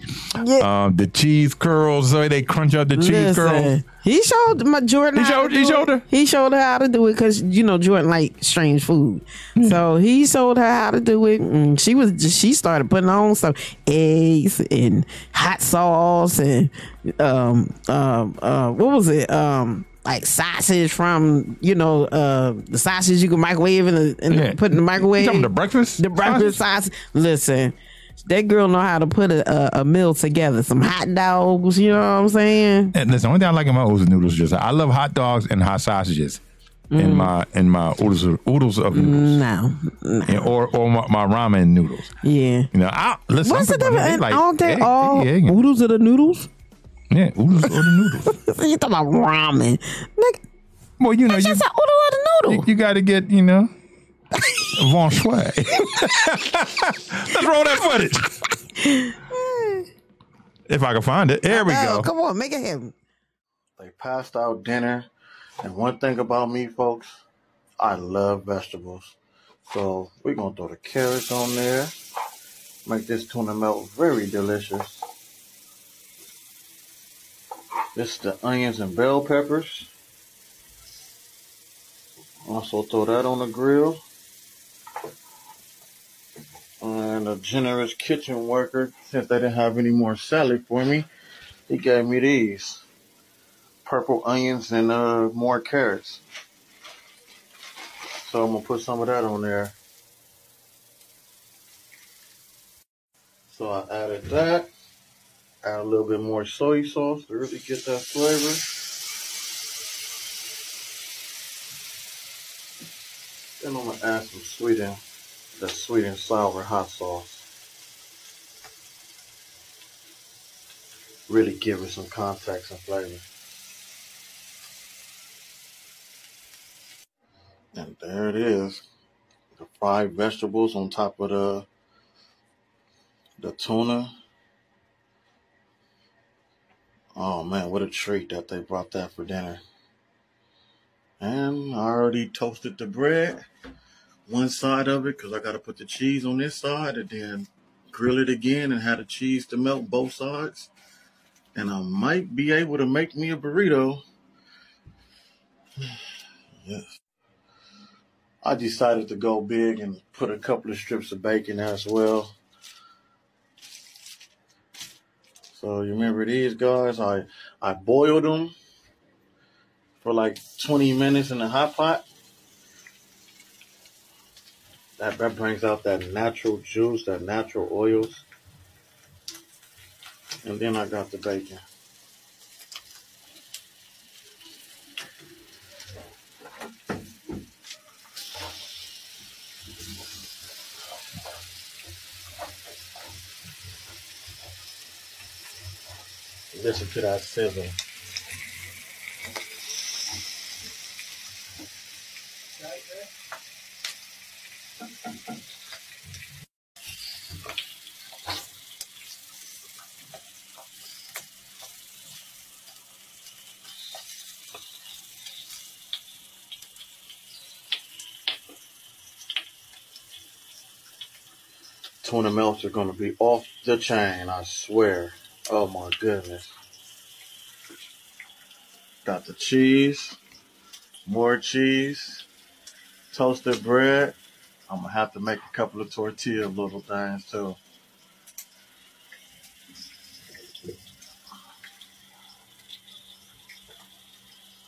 Yeah.
um, the cheese curls? So they crunch out the cheese curls.
Listen, He showed my Jordan.
He
how
showed-
to
he
do
showed
it.
her?
He showed her how to do it because you know Jordan like strange food,
Hmm.
so he showed her how to do it. And she was just, she started putting on some eggs and hot sauce and um um uh what was it um. Like sausage from you know uh, the sausage you can microwave and, the, and
Yeah.
put in the microwave.
You talking the breakfast?
The breakfast sausage. Listen, that girl know how to put a, a, a meal together. Some hot dogs. You know what I'm saying?
And listen, only thing I like in my oodles and noodles is just I love hot dogs and hot sausages
Mm.
in my in my oodles of, oodles of noodles
No.
And- or or my, my ramen noodles.
Yeah.
You know, I listen.
What's the
I'm talking about
difference? And
they
aren't they
egg-
all
they egg-
oodles of the noodles?
yeah, oodles or the noodles.
you talking about ramen? Nigga,
Well, you know,
it's
you,
just an oodle of the
you,
noodle.
you got to get you know. Von Schwag. (laughs) Let's roll that footage. If I can find it. There we
Oh,
go.
come on, make it happen.
They passed out dinner. And one thing about me, folks, I love vegetables. So we're going to throw the carrots on there. Make this tuna melt very delicious. This is the onions and bell peppers. Also throw that on the grill. And a generous kitchen worker, since they didn't have any more salad for me, he gave me these purple onions and uh more carrots. So I'm gonna put some of that on there. So I added that. Add a little bit more soy sauce to really get that flavor. Then I'm gonna add some sweet and the sweet and sour hot sauce. Really give it some context and flavor. And there it is. The fried vegetables on top of the the tuna. Oh man, what a treat that they brought that for dinner. And I already toasted the bread, one side of it, because I got to put the cheese on this side and then grill it again and have the cheese to melt both sides. And I might be able to make me a burrito. (sighs) Yes. I decided to go big and put a couple of strips of bacon as well. So you remember these guys? I I boiled them for like 20 minutes in the hot pot. That that brings out that natural juice, that natural oils. And then I got the bacon. Listen to that sizzle. Tuna melts are gonna be off the chain, I swear. Oh my goodness. Got the cheese, more cheese, toasted bread. I'm gonna have to make a couple of tortilla little things too.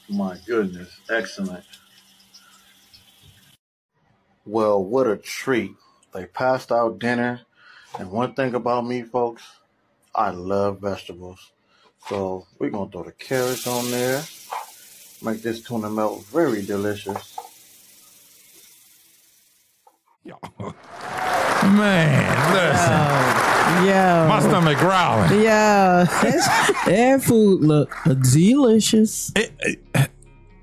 My goodness, excellent. Well, what a treat. They passed out dinner. And one thing about me, folks, I love vegetables. So we're gonna throw the carrots on there. Make this tuna melt very delicious.
Man, listen.
Yeah.
My stomach growling.
(laughs) Yeah. (laughs) that food look delicious.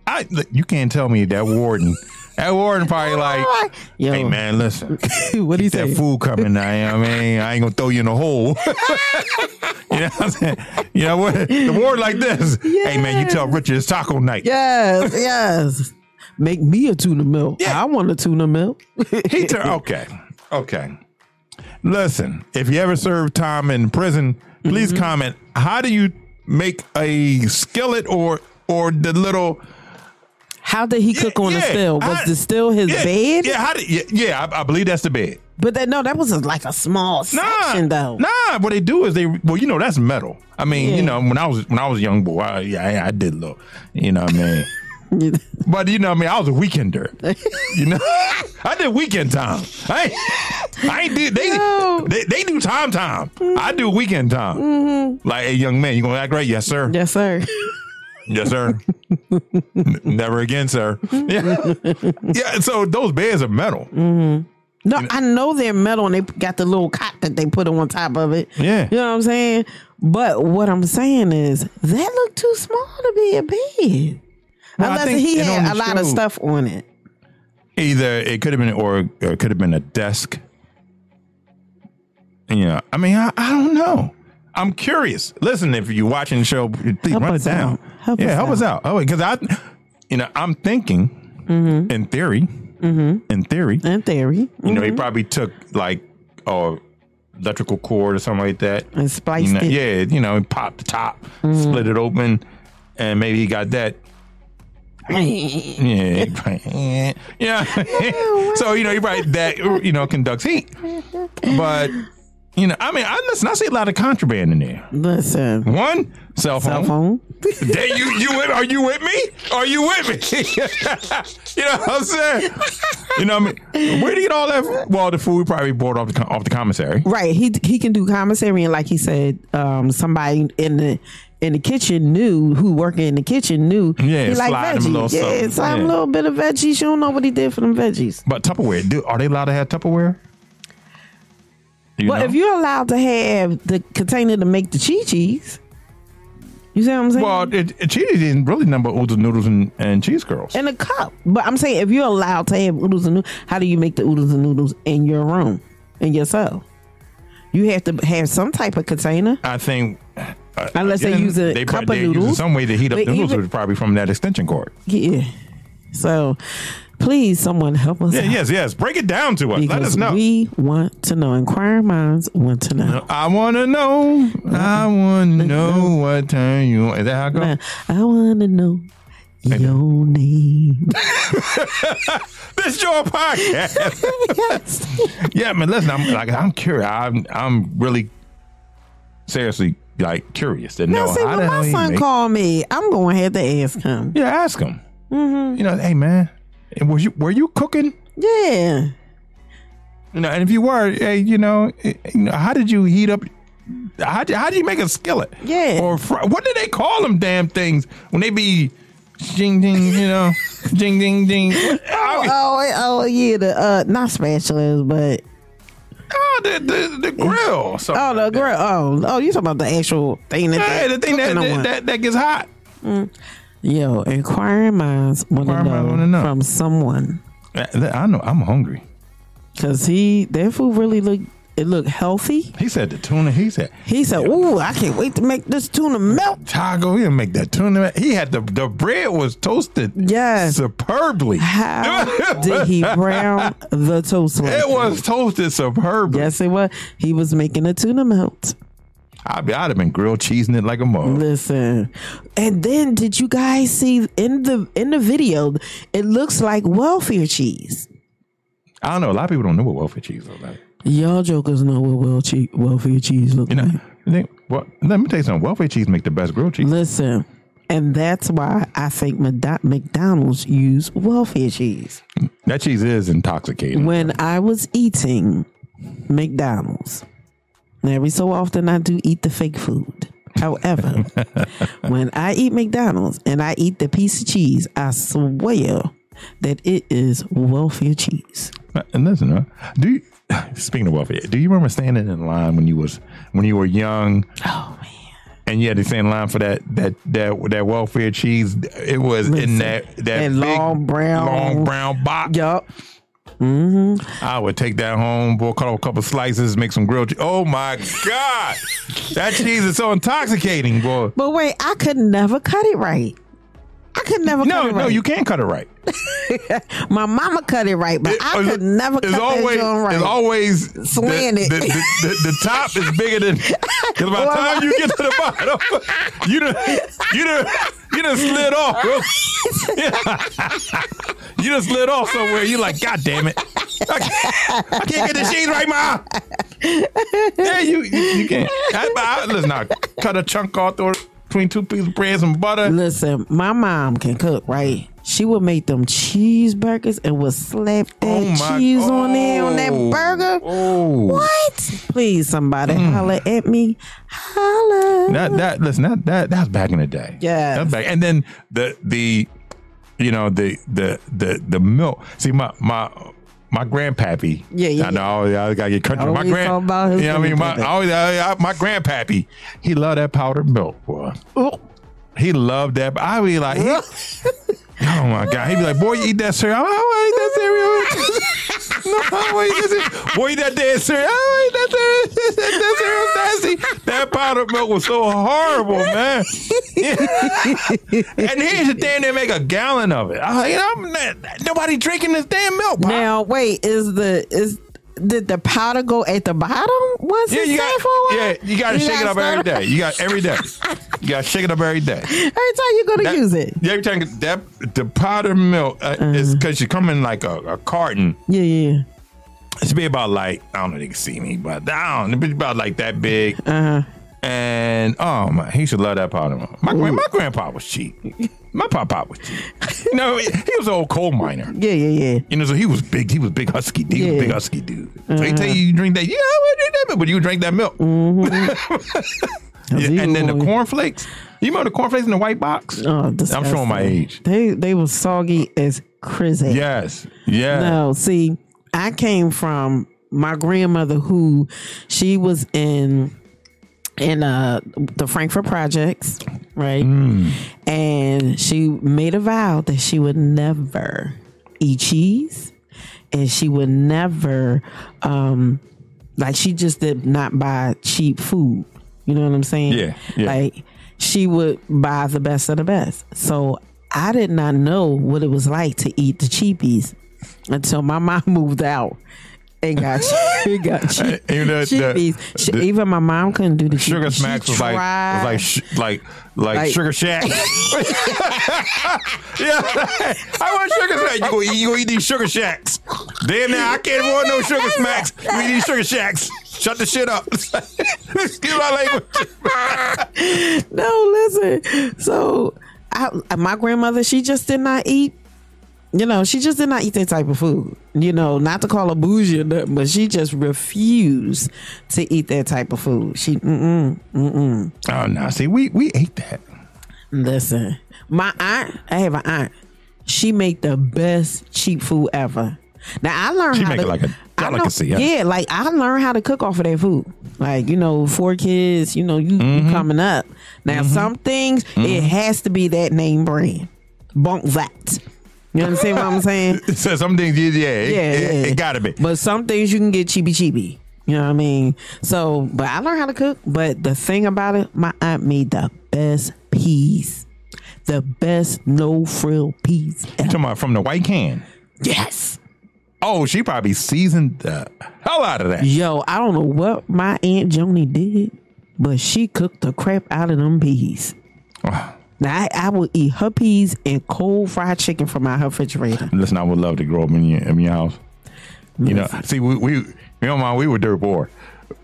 I look, you can't tell me that warden. That warden probably like,
Yo.
hey man, listen.
(laughs) what
he that food coming now. You know what I mean, I ain't gonna throw you in a hole. (laughs) you know what I'm saying? You know what? The warden like
(laughs)
this. Hey man, you tell Richard it's taco night.
Yes, yes. Make me a tuna milk. I want a tuna milk.
He tur- okay, okay. Listen, if you ever served time in prison, please
Mm-hmm.
comment. How do you make a skillet or or the little?
How did he cook on the
yeah,
still? Was
I-
the still his
yeah,
bed?
Yeah, how did, yeah, yeah I, I believe that's the bed.
But that no, that was a, like a small section though.
Nah, what they do is they well, you know, that's metal. I mean,
Yeah.
you know, when I was when I was a young boy, I, yeah, I, I did look. You know what
(laughs)
I mean? but you know, what I mean, I was a weekender. you know, (laughs) I did weekend time. I ain't, I ain't did they, they they do time time. I do weekend time. Like, hey, young man, you gonna act right? Yes, sir.
Yes, sir.
Yes, sir. N- never again, sir. (laughs) Yeah, yeah. So those beds are metal.
No, I know they're metal and they got the little cot that they put on top of it.
Yeah.
You know what I'm saying? But what I'm saying is that looked too small to be a bed.
Well, I
Unless
think-
he
and on
had
the
a lot of
show-
stuff on it.
either it could have been or, or it could have been a desk you know i mean I, I don't know i'm curious listen if you're watching the show please
Help
run it
us
down
out. Help
yeah
us
help us out oh because i you know i'm thinking
Mm-hmm.
in theory in theory
In theory. (laughs)
you know he probably took like a electrical cord or something like that
And spliced
you know,
it. Mm-hmm.
yeah you know and popped the top split it open and maybe he got that
(laughs)
yeah, yeah. (laughs) so you know, you probably that you know conducts heat, but you know, I mean, I listen. I see a lot of contraband in there.
Listen.
One cell phone.
Cell phone.
Then you you with, are you with me? Are you with me? (laughs) you know what I'm saying? You know what I mean? Where do you get all that? Well, the food we probably bought off the com- off the commissary.
Right. He he can do commissary and like he said, um, somebody in the in the kitchen knew who working in the kitchen knew
Yeah,
he like
slide him a little
veggies. Yeah,
something.
slide him
Yeah.
a little bit of veggies. You don't know what he did for them veggies.
But Tupperware, do, are they allowed to have Tupperware? You
well,
know?
if you're allowed to have the container to make the chi cheese, you see what I'm saying?
well, it, it, she didn't really number all the noodles and, and cheese curls.
in a cup. But I'm saying if you're allowed to have oodles and noodles, how do you make the oodles and noodles in your room in your cell? You have to have some type of container.
I think uh,
Unless they
again,
use a
they
cup
prob-
of
they're using
noodles.
some way to heat up
But
the noodles
even-
was probably from that extension cord.
Yeah. So please, someone help us.
Yeah,
out.
yes, yes. Break it down to us. Let
Because
us know.
We want to know. Inquiring minds want to know.
I want to know. I want to know what time you. Is that how it goes?
I want to know your
(laughs)
name.
This your podcast. (laughs) yeah, man. Listen, I'm like I'm curious. I'm I'm really seriously like curious to know
now, see,
how
when
the hell
my
he
son
make-
called me, I'm going to have to ask him.
Yeah, ask him.
Mm-hmm.
You know, hey man, was you were you cooking?
Yeah.
You know, and if you were, hey, you know, eh, you know, how did you heat up? How did, how did you make a skillet?
Yeah.
Or fr- what do they call them damn things when they be ding ding? You
(laughs)
know, ding ding ding.
Oh,
Oh,
oh, oh, yeah. The uh, not spatulas, but
oh, the, the the grill. or something
oh, the
like that.
grill. Oh, oh, you talking about the actual thing that?
Yeah,
they
the thing that
cooking
that,
on.
that, that gets hot.
Yo, inquiring minds want to
Inquiring minds
know,
wanna know.
from someone
I I know. I'm hungry.
because he their food really look it looked healthy.
He said the tuna. He said
He said, "Ooh, I can't wait to make this tuna melt."
Taco, he didn't make that tuna. He had the the bread was toasted
Yes.
superbly. (laughs)
How did he brown the toast? like
It was toasted superbly.
Yes, it was. He was making a tuna melt.
I'd, be, I'd have been grilled cheesing it like a mug.
Listen, and then did you guys see in the in the video? It looks like welfare cheese.
I don't know. A lot of people don't know what welfare cheese is like.
Y'all jokers know what wel- che- welfare cheese look
You know,
like.
they, well, let me tell you something. Welfare cheese make the best grilled cheese.
Listen, and that's why I think Mad- McDonald's use welfare cheese.
That cheese is intoxicating.
When I was eating McDonald's, and every so often I do eat the fake food.
(laughs)
However, when I eat McDonald's and I eat the piece of cheese, I swear that it is welfare cheese.
And listen, uh, do you, (sighs) speaking of welfare, do you remember standing in line when you was when you were young? Oh man! And you had to stand in line for that that that that welfare cheese. It was in that that, big, long
brown
long brown box.
Yup.
Mm-hmm. I would take that home, boy, cut off a couple slices, make some grilled. Cheese. Oh my god, that cheese is so intoxicating, boy.
But wait, I could never cut it right. I could never
no,
cut it
no,
right.
you can cut it right.
My mama cut it right, but I could never cut
It's always,
that joint right.
it's always
Swaying
the,
it.
The, the, the, the top is bigger than. Because by the
Or
time
my-
you get to the bottom, (laughs) you done, you done, you done slid off. bro. (laughs) you done slid off somewhere. You like, God damn it! I can't, I can't get the cheese right, ma. Yeah, you you, you can't. I, I, listen, I cut a chunk off throw it between two pieces of bread, some butter.
Listen, my mom can cook, right? She would make them cheeseburgers and would slap that
Oh my-
cheese on there on that
oh, Mm.
burger.
oh.
What? Please, somebody holler at me. Holler.
That that listen that that that's back in the day.
Yes.
That's back. And then the the you know the the the the milk. See my my my grandpappy.
Yeah, yeah,
I know. I always- I gotta get country. My
Always
grand.
talk about his
you know what I mean? My
grandpappy.
I always I, I, my grandpappy. He loved that powdered milk, boy.
Oh.
He loved that. I be like, he- oh my god. He'd be like, boy, you eat that cereal. I'm like, I don't wanna eat that (laughs) cereal. no, I don't wanna eat that cereal. Boy, you eat that damn cereal. Oh, I don't wanna eat that cereal. (laughs) That cereal's nasty. That powdered milk was so horrible, man. and here's the thing, they make a gallon of it. I'm like, I'm not, nobody drinking this damn milk. Pop.
Now, wait, is the is did the powder go at the bottom once
yeah,
it's
you
sat for a
got,
while?
yeah, you gotta shake it up every
stir-
day. You got every day. You gotta shake it up every (laughs) day.
Every time you go to
That-
use it.
Yeah, every time that the powder milk uh, is because you come in like a, a carton.
Yeah, yeah. yeah.
It should be about like I don't know if they can see me, but down it be about like that big.
Uh-huh.
And oh my, he should love that powder milk. My grand, my grandpa was cheap. My papa was cheap. You know, he he was an old coal miner.
Yeah, yeah, yeah.
You know, so he was big. He was big husky. He was
Yeah. Uh-huh.
a big husky dude. So he tell you you drink that. Yeah, I would drink that, milk, but you drink that milk.
Mm-hmm.
(laughs) Yeah, and then the cornflakes. You remember the cornflakes in the white box?
Oh,
I'm showing my
disgusting.
age.
They they were soggy as crazy.
Yes. Yeah.
No, see, I came from my grandmother who she was in in uh the Frankfurt Projects, right? And she made a vow that she would never eat cheese and she would never um like she just did not buy cheap food. You know what I'm saying?
Yeah, yeah.
Like she would buy the best of the best. So I did not know what it was like to eat the cheapies until my (laughs) mom moved out
(laughs)
and got she got cheap,
You know, the-
cheapies. She-
the-
even my mom couldn't do the
Sugar
cheapies. She
Smacks was like, was
tried.
like, sh- like, like,
Like-
Sugar (laughs) Shack. yeah, I want Sugar Smack. You go, eat- you go eat these Sugar Shacks. Damn, now I can't afford no Sugar Smacks. You eat these Sugar Shacks. Shut the shit up. (laughs) Excuse my language.
no, listen. So I, my grandmother, she just did not eat. You know, she just did not eat that type of food. You know, not to call her bougie or nothing, but she just refused to eat that type of food. She, mm-mm, mm-mm.
Oh no, see, we we ate that.
Listen, my aunt, I have an aunt. She make the best cheap food ever. Now I learned
She
how
make
to
it like a
I know-
delicacy, huh?
Yeah, like I learned how to cook off of that food. Like you know, four kids. You know, you,
Mm-hmm.
you coming up. Now some things it has to be that name brand, Bonk Vat. You understand what I'm saying?
So some things, yeah, yeah, it,
yeah,
it,
yeah.
it gotta be.
But some things you can get cheapy cheapy. You know what I mean? So, but I learned how to cook. But the thing about it, my aunt made the best peas, the best no frill peas.
You talking about from the white can?
Yes.
Oh, she probably seasoned the hell out of that.
Yo, I don't know what my aunt Joni did, but she cooked the crap out of them peas. Now I, I will eat her peas and cold fried chicken from my refrigerator.
Listen, I would love to grow up in your, in your house. You know, see, we we you know, mom, we were dirt poor.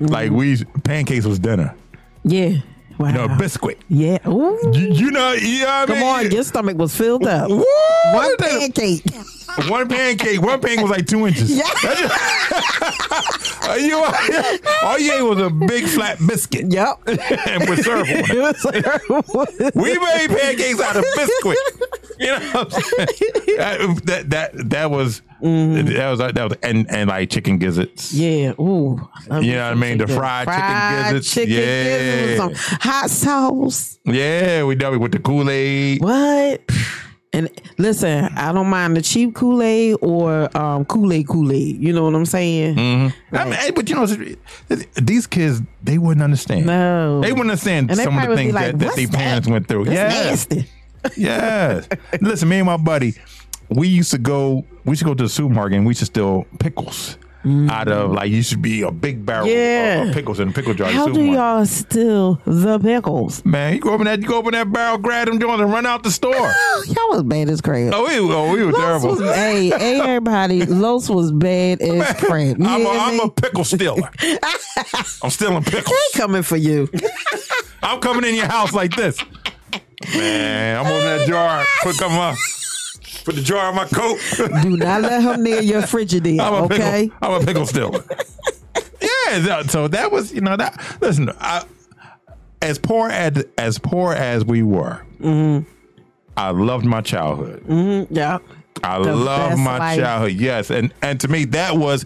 Like we pancakes was dinner.
Yeah. Wow.
You know, biscuit.
yeah. Ooh.
You, you know, you know what I
Uh-huh. Come on,
mean?
your stomach was filled up.
Woo!
One
(laughs) Look at that.
pancake.
One pancake. One pancake was like two inches.
(laughs) Yeah.
That's just- (laughs) Are you, all you ate was a big flat biscuit
Yep.
and with syrup on it.
It was like- (laughs)
We made pancakes out of biscuit. You know what I'm saying? Uh, that that that was that was that was and and like chicken gizzards.
Mm-hmm. Yeah. Ooh.
You know what I mean? The fried, chicken gizzards.
chicken
yeah.
gizzards with some hot sauce.
Yeah, we done it with the Kool Aid.
What? And listen, I don't mind the cheap Kool Aid or um, Kool Aid Kool Aid. You know what I'm saying?
Mm-hmm. I mean, hey, but you know, these kids they wouldn't understand.
No,
they wouldn't understand
And they
some of the
probably be
things
like,
that, that
"What's
their parents went through.
That's
yes,
nasty. (laughs)
yes. Listen, me and my buddy, we used to go. We should go to the supermarket and we should steal pickles out of like you should be a big barrel of,
Mm. Yeah.
of pickles in a pickle jar. at the
How do
supermarket.
y'all steal the pickles?
Man, you go open that you go open that barrel, grab them joints, and run out the
(laughs)
store.
Y'all was bad as crap.
Oh, we, oh, we were
Los
terrible.
Was, hey, hey, (laughs) everybody, Los was bad as crap.
I'm,
You
a,
hear me?
I'm a pickle
(laughs)
stealer. I'm stealing pickles.
They coming for you.
I'm coming in your house like this. Man, I'm opening that jar. Put come up. Put the jar on my
(laughs)
coat.
Do not let him near your frigidaire,
I'm a
okay?
pickle. I'm a pickle stealer. yeah. that- so that was you know that. Listen, I, as poor as as poor as we were,
Mm-hmm.
I loved my childhood.
Mm, yeah.
I
The
love
best
my
life.
childhood. Yes, and and to me that was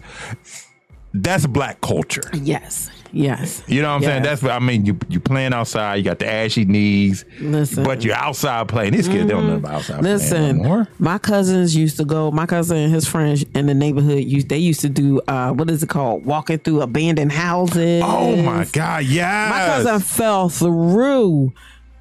that's black culture.
Yes. Yes.
You know what I'm saying?
Yes.
That's what I mean. You you playing outside. You got the ashy knees,
Listen. Mm-hmm.
but you're outside playing. These kids don't know about outside. playing no
Listen,
more.
my cousins used to go. My cousin and his friends in the neighborhood used. They used to do uh, what is it called? Walking through abandoned houses.
Oh my god! Yes.
My cousin fell through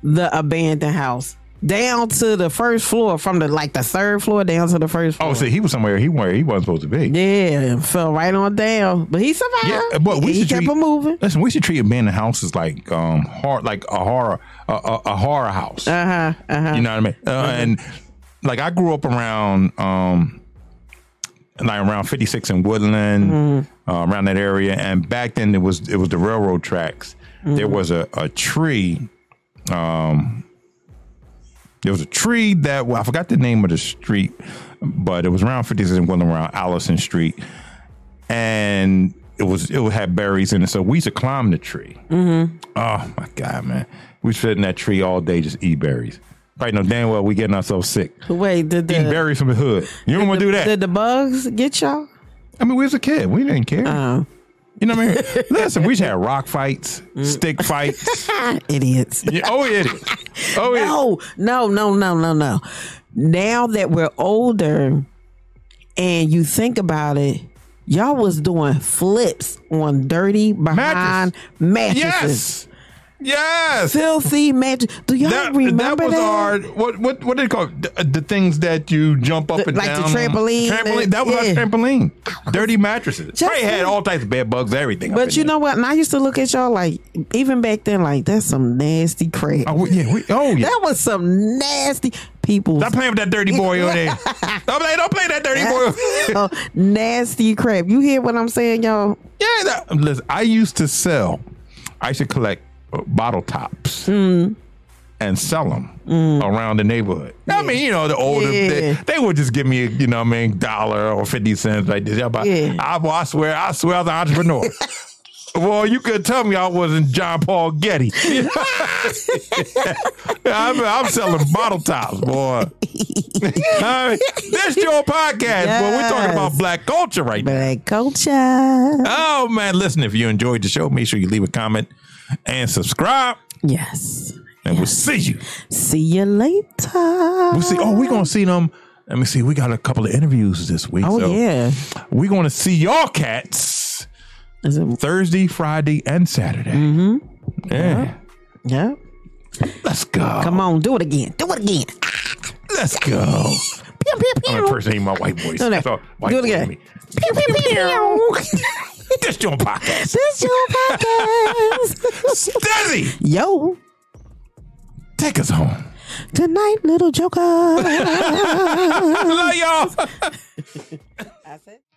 the abandoned house down to the first floor, from the like the third floor down to the first floor.
Oh, see, he was somewhere he where he wasn't supposed to be.
Yeah, and fell right on down, but he survived.
Yeah, but we
he
should
kept
treat-
him moving.
Listen, we should treat abandoned houses like um hor like a horror a, a, a horror house.
Uh huh. Uh huh.
You know what I mean? Uh, And like I grew up around um like around 56 in Woodland, uh, around that area. And back then it was it was the railroad tracks. There was a, a tree. Um there was a tree that well, I forgot the name of the street, but it was around 56 in Woodland around Allison Street. And it was it had berries in it. So we used to climb the tree.
Mm-hmm.
Oh my god, man. We sit in that tree all day just eat berries. Right now, damn well we getting ourselves sick.
Wait, did
Eating
the
berries from the hood. You don't want to do that.
did the bugs get y'all?
I mean, we was a kid. We didn't care.
Oh, Mm.
You know what I mean? Listen, we had rock fights, stick fights. (laughs)
idiots.
Yeah, oh,
(laughs)
it is. Oh, it
No, no, no, no, no, no. Now that we're older and you think about it, y'all was doing flips on dirty behind mattresses.
Yes. Yes.
Filthy mattress. Do y'all
That, that
remember
was
that?
our what what what did it call the, the things that you jump up
The-
and
like the
down on?
trampoline
trampoline
and-
that was
yeah.
our trampoline dirty mattresses
Just-
probably had all types of bed bugs everything up
but
in
you
there.
know what? And I used to look at y'all like, even back then, like, that's some nasty crap.
oh we- yeah we, oh yeah
That was some nasty people. (laughs)
Stop playing with that dirty boy over there. Don't play, don't play that dirty
(laughs)
boy.
Oh, nasty crap. You hear what I'm saying, y'all?
yeah, that, listen, I used to sell, I used to collect uh, bottle tops
Hmm.
and sell them around the neighborhood. I mean, you know, the older, they,
Yeah.
they would just give me, you know what I mean, dollar or 50 cents like this. Yeah, but
Yeah.
I, well, I swear, I swear I was an
(laughs)
entrepreneur. Well, you could tell me I wasn't John Paul
(laughs)
Getty. (laughs) I'm, I'm selling bottle tops,
(laughs)
boy. I mean, this your podcast, but we're talking about
Yes.
black culture right now.
Black culture.
Oh man, listen, if you enjoyed the show, make sure you leave a comment and subscribe.
Yes.
And we'll see you.
See you later.
We'll see. Oh, we're gonna see them. Let me see. We got a couple of interviews this week.
Oh
so
yeah.
We're gonna see y'all cats
Is it?
Thursday, Friday, and Saturday. Mm-hmm. Yeah.
Yeah.
Let's go.
Come on, do it again. Do it (laughs) again.
Let's go.
Pew, pew, pew.
I'm impersonating my white voice.
No, no.
So, white
Do it
voice
again.
me.
Pew, pew, pew. (laughs)
This your podcast.
this your podcast.
Desi,
(laughs) Yo,
take us home.
tonight, little joker.
I love y'all.
That's it.